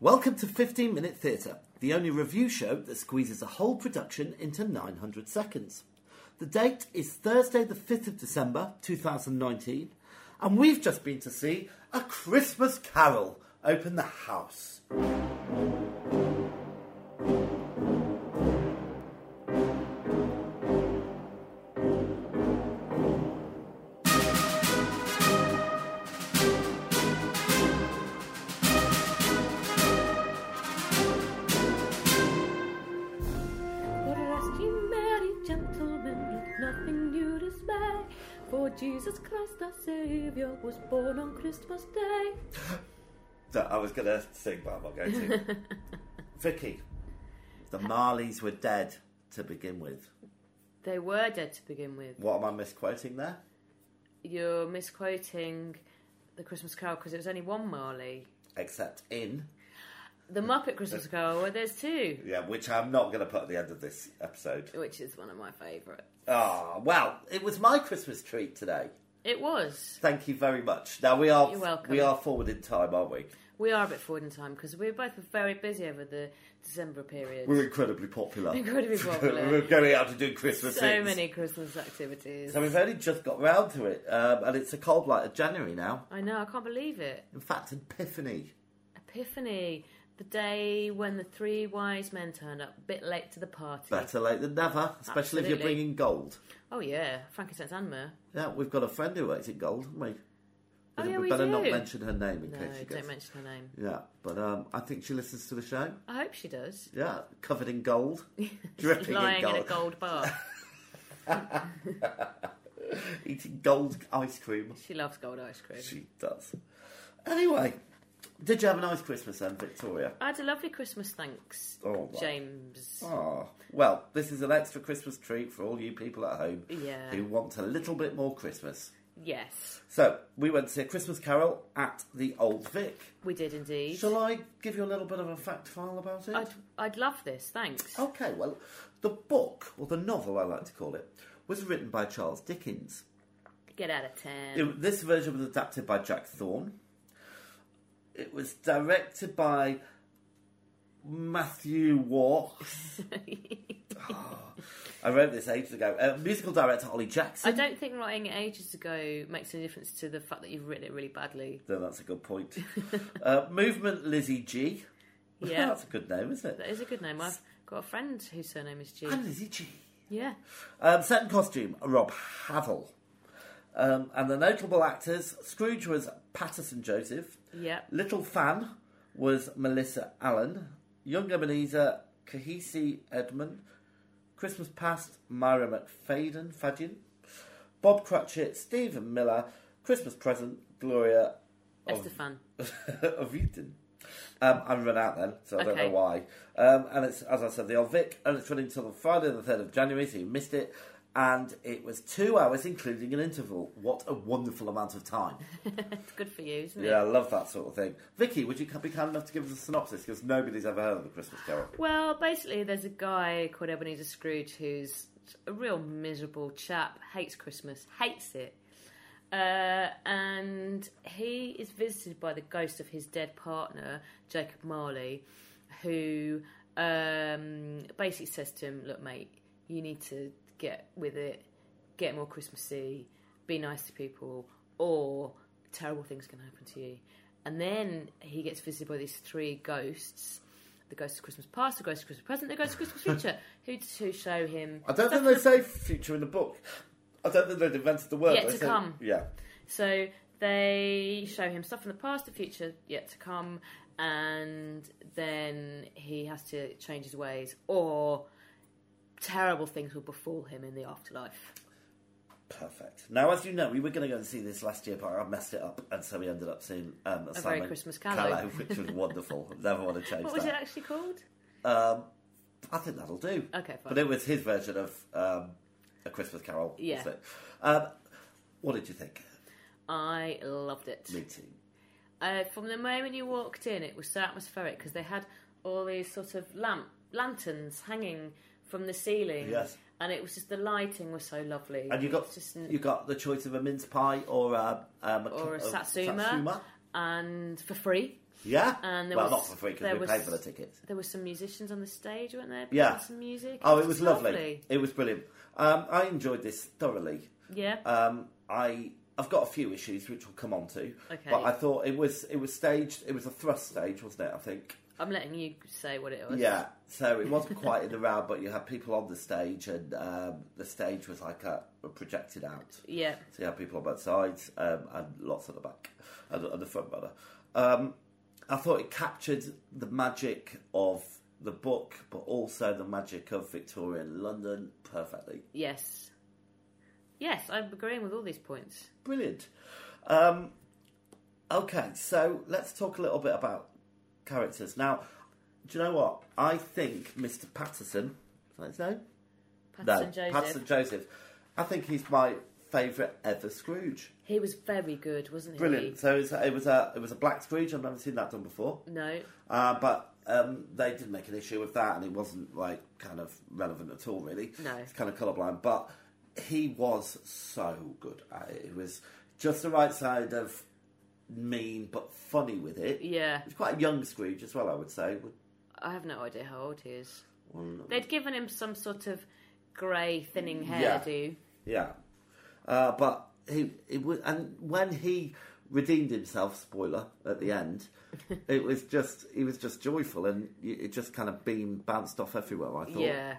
Welcome to 15 Minute Theatre, the only review show that squeezes a whole production into 900 seconds. The date is Thursday, the 5th of December 2019, and we've just been to see A Christmas Carol open the house. But ask you, merry gentlemen, you've nothing new to say. For Jesus Christ our Savior was born on Christmas Day. So I was going to sing, but I'm not going to. Vicky, the Marleys were dead to begin with. They were dead to begin with. What am I misquoting there? You're misquoting the Christmas Carol because it was only one Marley. Except in The Muppet Christmas Carol, well, there's two, Yeah, which I'm not going to put at the end of this episode. which is one of my favourite. Ah, well, it was my Christmas treat today. It was. Thank you very much. Now we are You're welcome. we are forward in time, aren't we? We are a bit forward in time because we were both very busy over the December period. We're incredibly popular. Incredibly popular. We're going out to do Christmas. so things. many Christmas activities. So we've only just got round to it, um, and it's a cold light of January now. I know, I can't believe it. In fact, Epiphany. Epiphany, the day when the three wise men turned up a bit late to the party. Better late than never, especially if you're Absolutely. bringing gold. Oh, yeah, Frankincense and myrrh. Yeah, we've got a friend who works in gold, haven't we? Oh, yeah, we we better do. not mention her name in No, case she don't gets. mention her name. yeah, but um, I think she listens to the show. I hope she does. Yeah, covered in gold, dripping in Lying gold, in a gold bar. eating gold ice cream. She loves gold ice cream. She does. Anyway, did you have a nice Christmas then, Victoria? I had a lovely Christmas, thanks, Oh, wow. James. Ah, well, this is an extra Christmas treat for all you people at home Yeah. who want a little bit more Christmas. Yes, So, we went to see a Christmas Carol at the Old Vic. we did indeed. Shall I give you a little bit of a fact file about it? I'd, I'd love this, thanks. Okay, well, the book, or the novel I like to call it, was written by Charles Dickens. Get out of town. It- this version was adapted by Jack Thorne. It was directed by Matthew Walks. I wrote this ages ago. Uh, musical director Ollie I Jackson. don't think writing it ages ago makes any difference to the fact that you've written it really badly. No, that's a good point. uh, movement Lizzie G. Yeah. that's a good name, isn't That it? is a good name. I've got a friend whose surname is G. And Lizzie G. Yeah. Um, set and costume Rob Havel. Um, and the notable actors Scrooge was Patterson Joseph. Yeah. Little Fan was Melissa Allen. Young Ebenezer, Kahisi Edmund. Christmas Past, Myra McFadden. Fadden. Bob Cratchit, Stephen Miller. Christmas Present, Gloria Oh. Estefan. of Eton. Um, I run out then, so I don't know Okay. why. Um, and it's, as I said, the Old Vic, and it's running till the Friday the 3rd of January, so you missed it. And it was two hours, including an interval. What a wonderful amount of time. It's good for you, isn't Yeah, I it? love that sort of thing. Vicky, would you be kind enough to give us a synopsis? Because nobody's ever heard of the Christmas Carol. Well, basically, there's a guy called Ebenezer Scrooge who's a real miserable chap, hates Christmas, hates it. Uh, and he is visited by the ghost of his dead partner, Jacob Marley, who um, basically says to him, Look, mate, you need to get with it, get more Christmassy, be nice to people, or terrible things can happen to you. And then he gets visited by these three ghosts. The ghost of Christmas past, the ghost of Christmas present, the ghost of Christmas future, who, who show him. I don't think they say future in the book. I don't think they'd invented the word. Yet They to say- come. Yeah. So they show him stuff from the past, the future yet to come, and then he has to change his ways, or terrible things will befall him in the afterlife. Perfect. Now, as you know, we were going to go and see this last year, but I messed it up, and so we ended up seeing um, a Simon Christmas Callow. Callow, which was wonderful. Never want to change What that. was it actually called? Um, I think that'll do. Okay, fine. But it was his version of um, a Christmas Carol. Yeah. wasn't it? Um, what did you think? I loved it. Me too. Uh, from the moment you walked in, it was so atmospheric because they had all these sort of lamp lanterns hanging from the ceiling. Yes. And it was just the lighting was so lovely. And you It was got just an- you got the choice of a mince pie or a um, or a a satsuma, satsuma. and for free. Yeah? And there well, was- not for free because there we was- paid for the tickets. There were some musicians on the stage, weren't there? Yeah. Playing Some music. Oh, it was lovely. It was brilliant. Um, I enjoyed this thoroughly. Yeah. Um, I I've got a few issues which we'll come on to. Okay. But I thought it was it was staged. It was a thrust stage, wasn't it? I think. I'm letting you say what it was. Yeah. So it wasn't quite in the round, but you had people on the stage, and um, the stage was like a, projected out. Yeah. So you had people on both sides, um, and lots at the back and, and the front rather. Um, I thought it captured the magic of the book, but also the magic of Victorian London perfectly. Yes. Yes, I'm agreeing with all these points. Brilliant. Um, okay, so let's talk a little bit about characters. Now, do you know what? I think Mr. Patterson, is that his name? Patterson Joseph. Patterson Joseph. I think he's my favourite ever Scrooge. He was very good, wasn't he? Brilliant. So it was, it was a it was a black Scrooge. I've never seen that done before. No. Uh, but um, they did make an issue with that, and it wasn't like kind of relevant at all, really. No. it's kind of colourblind, but he was so good at it. It was just the right side of mean but funny with it. Yeah. He was quite a young Scrooge as well, I would say. Would- I have no idea how old he is. well, They'd given him some sort of grey thinning Yeah. hairdo. Yeah, uh, but he it was, and when he redeemed himself, spoiler at the end, it was just he was just joyful, and y- it just kind of beam bounced off everywhere. I thought Yeah.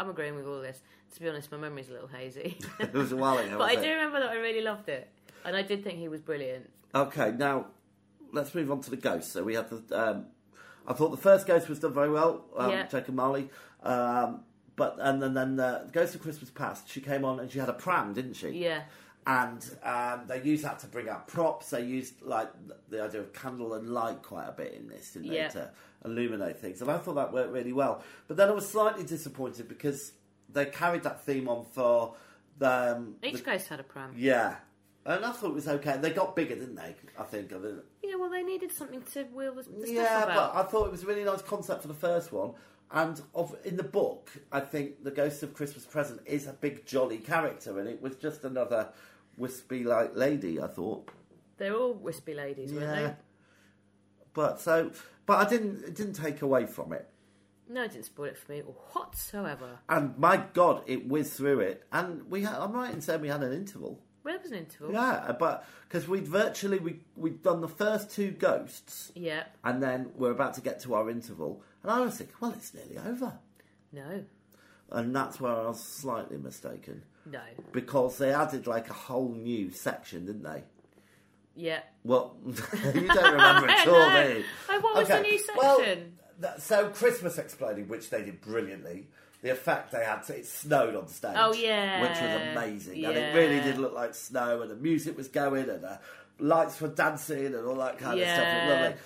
I'm agreeing with all this. To be honest, my memory's a little hazy. it was a while ago. but I wasn't do it? remember that I really loved it. And I did think he was brilliant. Okay, now let's move on to the ghost. So we had the. Um, I thought the first ghost was done very well, um, Yeah. Jacob Marley. Um, but and then then the Ghost of Christmas Past. She came on and she had a pram, didn't she? Yeah. and um, they used that to bring out props. They used like the idea of candle and light quite a bit in this, didn't Yeah. they, to illuminate things? And I thought that worked really well. But then I was slightly disappointed because they carried that theme on for the, um, Each the- ghost had a pram. yeah, and I thought it was okay. They got bigger, didn't they? I think. I mean, Yeah, well, they needed something to wheel the, the yeah, stuff about. but I thought it was a really nice concept for the first one. And of, in the book, I think the Ghost of Christmas Present is a big jolly character, and it was just another wispy like lady. I thought. They're all wispy ladies, weren't Yeah. they? But so, but I didn't it didn't take away from it. No, it didn't spoil it for me whatsoever. And my God, it whizzed through it. And we, had, I'm right in saying we had an interval. Well, it was an interval. Yeah, but because we'd virtually we we'd done the first two ghosts, Yeah. and then we're about to get to our interval, and I was thinking, well, it's nearly over, No. and that's where I was slightly mistaken No. because they added like a whole new section, didn't they? Yeah. Well, you don't remember it, I at all, know. do you? Oh, what was the new Well, section? that- so Christmas exploded, which they did brilliantly. The effect they had, it snowed on stage. Oh, yeah. Which was amazing. And it Yeah. really did look like snow, and the music was going, and the lights were dancing, and all that kind of stuff. It was Yeah. lovely.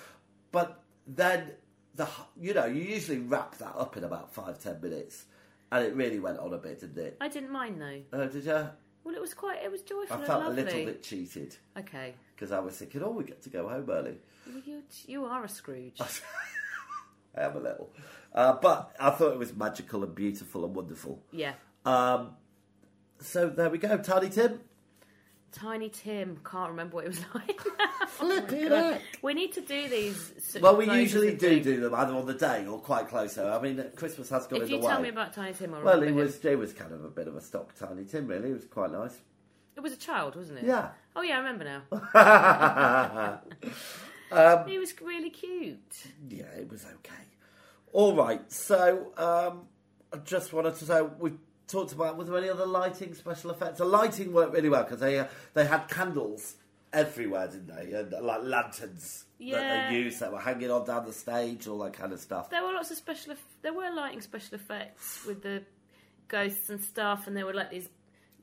But then, the h- you know, you usually wrap that up in about five, ten minutes. And it really went on a bit, didn't it? I didn't mind though. Uh, did you? I Well, it was quite. It was joyful and felt a lovely. little bit cheated Okay. because I was thinking, oh, we get to go home early. Well, you you are a Scrooge. I am a little. Uh, but I thought it was magical and beautiful and wonderful. yeah. Um, so there we go, Tiny Tim. Tiny Tim can't remember what it was like. Oh Flipping heck. we need to do these. s- Well, we closes usually and do things. do them either on the day or quite close. Though. I mean, Christmas has gone If in you the way. tell me about Tiny Tim, I'll well, remember he him. was he was kind of a bit of a stock Tiny Tim, really. It was quite nice. It was a child, wasn't it? Yeah. Oh yeah, I remember now. Um, he was really cute. Yeah, it was okay. All right, so um, I just wanted to say we talked about was there any other lighting special effects? The lighting worked really well because they uh, they had candles everywhere, didn't they? And uh, like lanterns that Yeah. they used that were hanging on down the stage, all that kind of stuff. There were lots of special. Eff- there were lighting special effects with the ghosts and stuff, and there were like these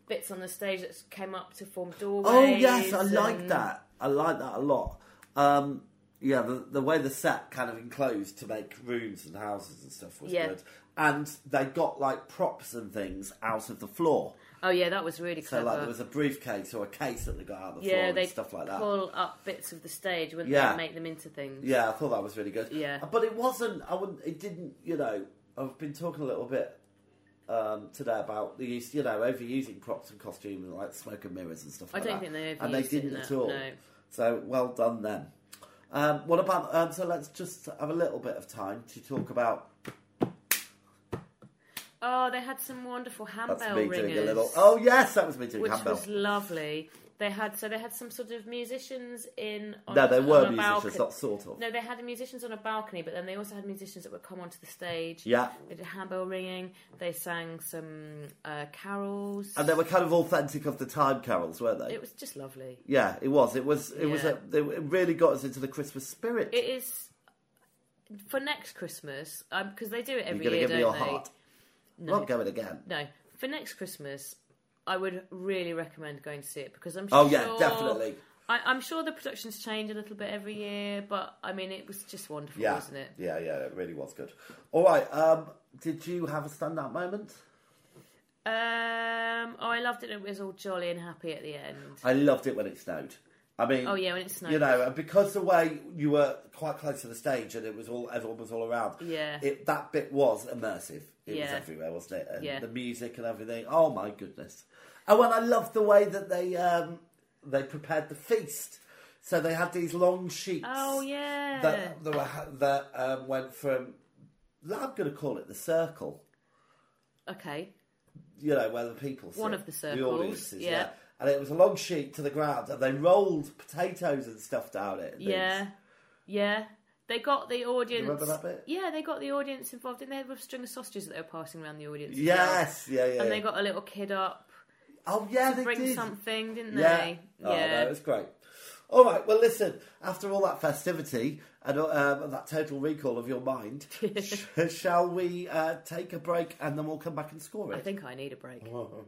bits on the stage that came up to form doorways. Oh yes, I like and- that. I like that a lot. Um, yeah, the, the way the set kind of enclosed to make rooms and houses and stuff was Yeah. good, and they got like props and things out of the floor. Oh yeah, that was really So clever. like there was a briefcase or a case that they got out of the yeah, floor they and stuff like that. pull up bits of the stage, wouldn't Yeah. they, and make them into things? Yeah, I thought that was really good. Yeah. but it wasn't. I wouldn't. It didn't. You know, I've been talking a little bit um, today about the use. You know, overusing props and costume and like smoke and mirrors and stuff. I like don't that. think they and they overused it in didn't that, at all. no. So well done them. Um, what about? Um, so let's just have a little bit of time to talk about. Oh, they had some wonderful handbell That's me ringers. doing a little. Oh yes, that was me doing which handbell. was lovely. They had so they had some sort of musicians in. On, no, they on were a musicians, balcony. not sort of. No, they had musicians on a balcony, but then they also had musicians that would come onto the stage. Yeah, They did handbell ringing. They sang some uh, carols. and they were kind of authentic of the time carols, weren't they? It was just lovely. yeah, it was. It was. It was. Yeah. A, they- it really got us into the Christmas spirit. It is for next Christmas because they do it You're every going to year, give me your don't they? heart. Not going again. No, for next Christmas, I would really recommend going to see it because I'm Oh sure. yeah, definitely. I, I'm sure the productions change a little bit every year, but I mean, it was just wonderful, Yeah, wasn't it? yeah, yeah. It really was good. All right. Um, did you have a standout moment? Um, oh, I loved it. It was all jolly and happy at the end. I loved it when it snowed. I mean, Oh yeah, when it snowed. Um, you know, and because the way you were quite close to the stage and it was all everyone was all around. Yeah. It, that bit was immersive. It was Yeah. everywhere, wasn't it? And Yeah. the music and everything. Oh my goodness! Oh, and I loved the way that they um, they prepared the feast. So they had these long sheets. Oh yeah. That that, were, that um, went from. I'm going to call it the circle. Okay. you know, where the people sit, One of the the circles, audiences, yeah. yeah. And it was a long sheet to the ground, and they rolled potatoes and stuff down it. and things. Yeah. Yeah. They got the audience. remember that bit? Yeah, they got the audience involved. Didn't they have a string of sausages that they were passing around the audience? as well? Yes, yeah, yeah. And yeah. they got a little kid up, oh, yeah, they bring did. something, didn't yeah. they? Oh, no, it was great. All right, well, listen, after all that festivity and um, and that total recall of your mind, sh- shall we uh, take a break and then we'll come back and score I it? think I need a break. Oh.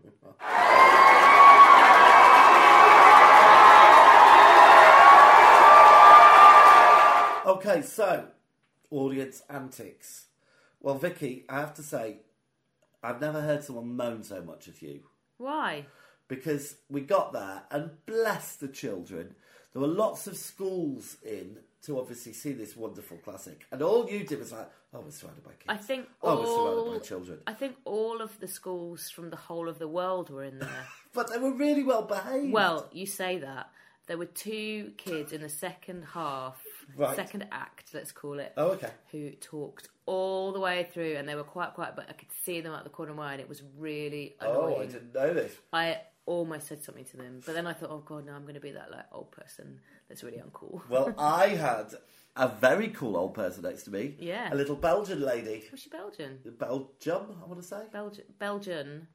Okay, so audience antics. Well, Vicky, I have to say, I've never heard someone moan so much of you Why? because we got there and bless the children. There were lots of schools in to obviously see this wonderful classic, and all you did was like, "Oh, we're surrounded by kids." I think Oh, all we're surrounded by children, I think all of the schools from the whole of the world were in there. but they were really well behaved. well, you say that. There were two kids in the second half, Right. second act, let's call it, oh, okay. who talked all the way through, and they were quite quiet, but I could see them at the corner of my eye, and it was really annoying. Oh, I didn't know this. I almost said something to them, but then I thought, oh god, no, I'm going to be that like old person that's really uncool. Well, I had a very cool old person next to me. Yeah. a little Belgian lady. Was she Belgian? Belgium, I want to say. Belgian. Belgian.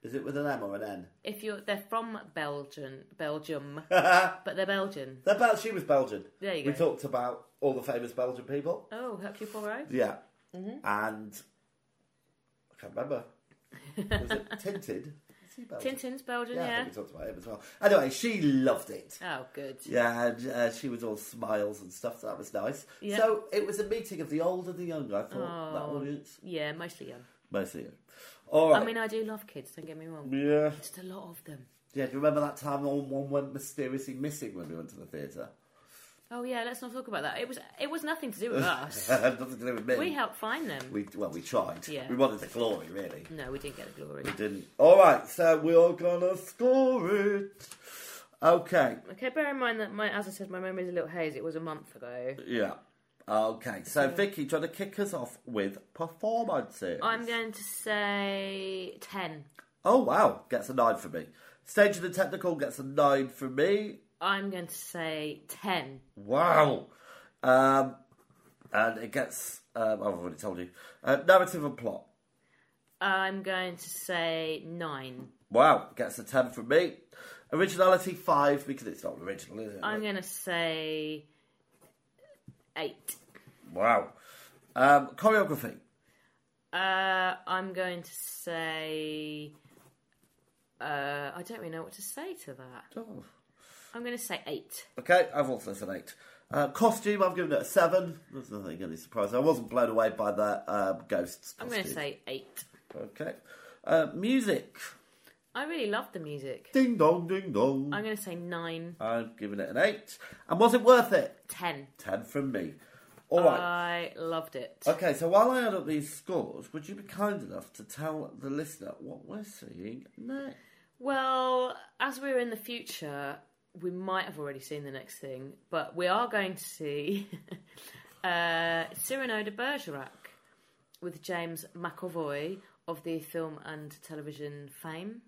Is it with an M or an N? If you're, they're from Belgium, Belgium, but they're Belgian. They're Bel- she was Belgian. There you we go. talked about all the famous Belgian people. Oh, Hercule Poirot. Yeah. Mm-hmm. And I can't remember. Was it Tinted? Is he Belgian? Tintin's Belgian, Yeah, I yeah. think we talked about him as well. Anyway, she loved it. Oh, good. Yeah, and uh, she was all smiles and stuff, so that was nice. Yeah. So it was a meeting of the old and the young, I thought, that Oh. audience. Yeah, mostly young. Mostly young. All right. I mean, I do love kids. Don't get me wrong. yeah. Just a lot of them. Yeah, do you remember that time on one went mysteriously missing when we went to the theatre? Oh yeah, let's not talk about that. It was it was nothing to do with us. Nothing to do with me. we helped find them. We well, we tried. Yeah. We wanted the glory, really. No, we didn't get the glory. We didn't. All right, so we're gonna score it. Okay. Okay, bear in mind that my, as I said, my memory's a little hazy. It was a month ago. Yeah. Okay. So Vicky, do you want to kick us off with performances? I'm going to say ten. Oh wow, gets a nine from me. Stage of the technical gets a nine from me. I'm going to say ten. Wow. Um, and it gets. Um, I've already told you. Uh, narrative and plot. I'm going to say nine. Wow, gets a ten from me. Originality five because it's not original, is it? I'm going to say eight. Wow. Um, choreography. Uh, I'm going to say. Uh, I don't really know what to say to that. Oh. I'm going to say eight. Okay, I've also said eight. Uh, costume, I've given it a seven. There's nothing any surprise. I wasn't blown away by the um, ghosts. I'm going to costume. say eight. Okay. Uh, music. I really love the music. Ding dong, ding dong. I'm going to say nine, I've given it an eight. And was it worth it? ten. Ten from me. All right. Uh, I loved it. Okay, so while I add up these scores, would you be kind enough to tell the listener what we're seeing next? Well, as we're in the future, we might have already seen the next thing, but we are going to see uh, Cyrano de Bergerac with James McAvoy of the film and television fame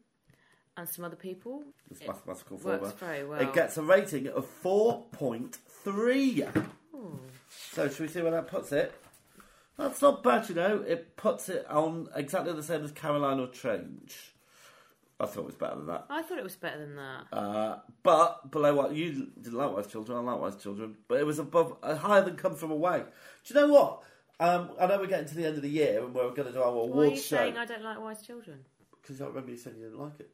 and some other people. It's mathematical works formula. very well. It gets a rating of 4.3. So, shall we see where that puts it? That's not bad, you know. It puts it on exactly the same as Caroline or Change. I thought it was better than that. I thought it was better than that. Uh, but below what you didn't like Wise Children, I like Wise Children, but it was above uh, higher than Come From Away. Do you know what? Um, I know we're getting to the end of the year and we're going to do our Why are you awards show saying I don't like wise children? Hmm, because I remember you saying you didn't like it.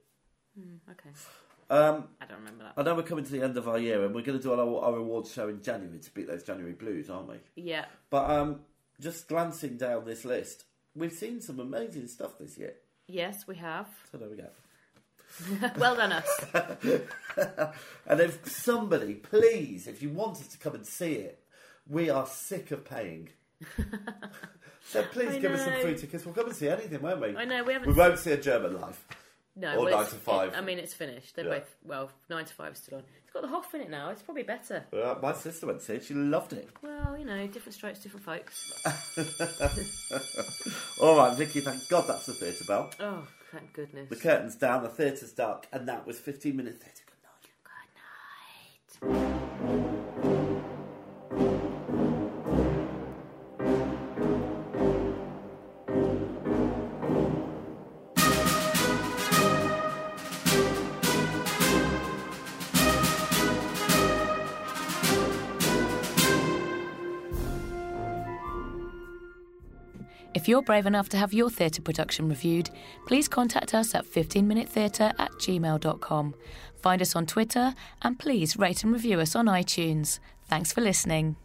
Okay, Um, I don't remember that. I know we're coming to the end of our year and we're going to do our, our awards show in January to beat those January blues, aren't we? Yeah, But um, just glancing down this list, we've seen some amazing stuff this year. yes, we have. So there we go. well done us. And if somebody, please, if you want us to come and see it, we are sick of paying. so please I give us some know. free tickets. We'll come and see anything, won't we? I know we haven't. We won't see a German live. no, or well, nine it's- to five. I mean, it's finished. They're Yeah. both well. Nine to five is still on. It's got the Hoff in it now. It's probably better. Uh, my sister went to see it. She loved it. Well, you know, different strokes, different folks. All right, Vicky, thank God that's the theatre bell. Oh, thank goodness. The curtain's down, the theatre's dark, and that was 15 minutes theatre. Good night. Good night. If you're brave enough to have your theatre production reviewed, please contact us at 15minutetheatre at gmail.com. Find us on Twitter and please rate and review us on iTunes. Thanks for listening.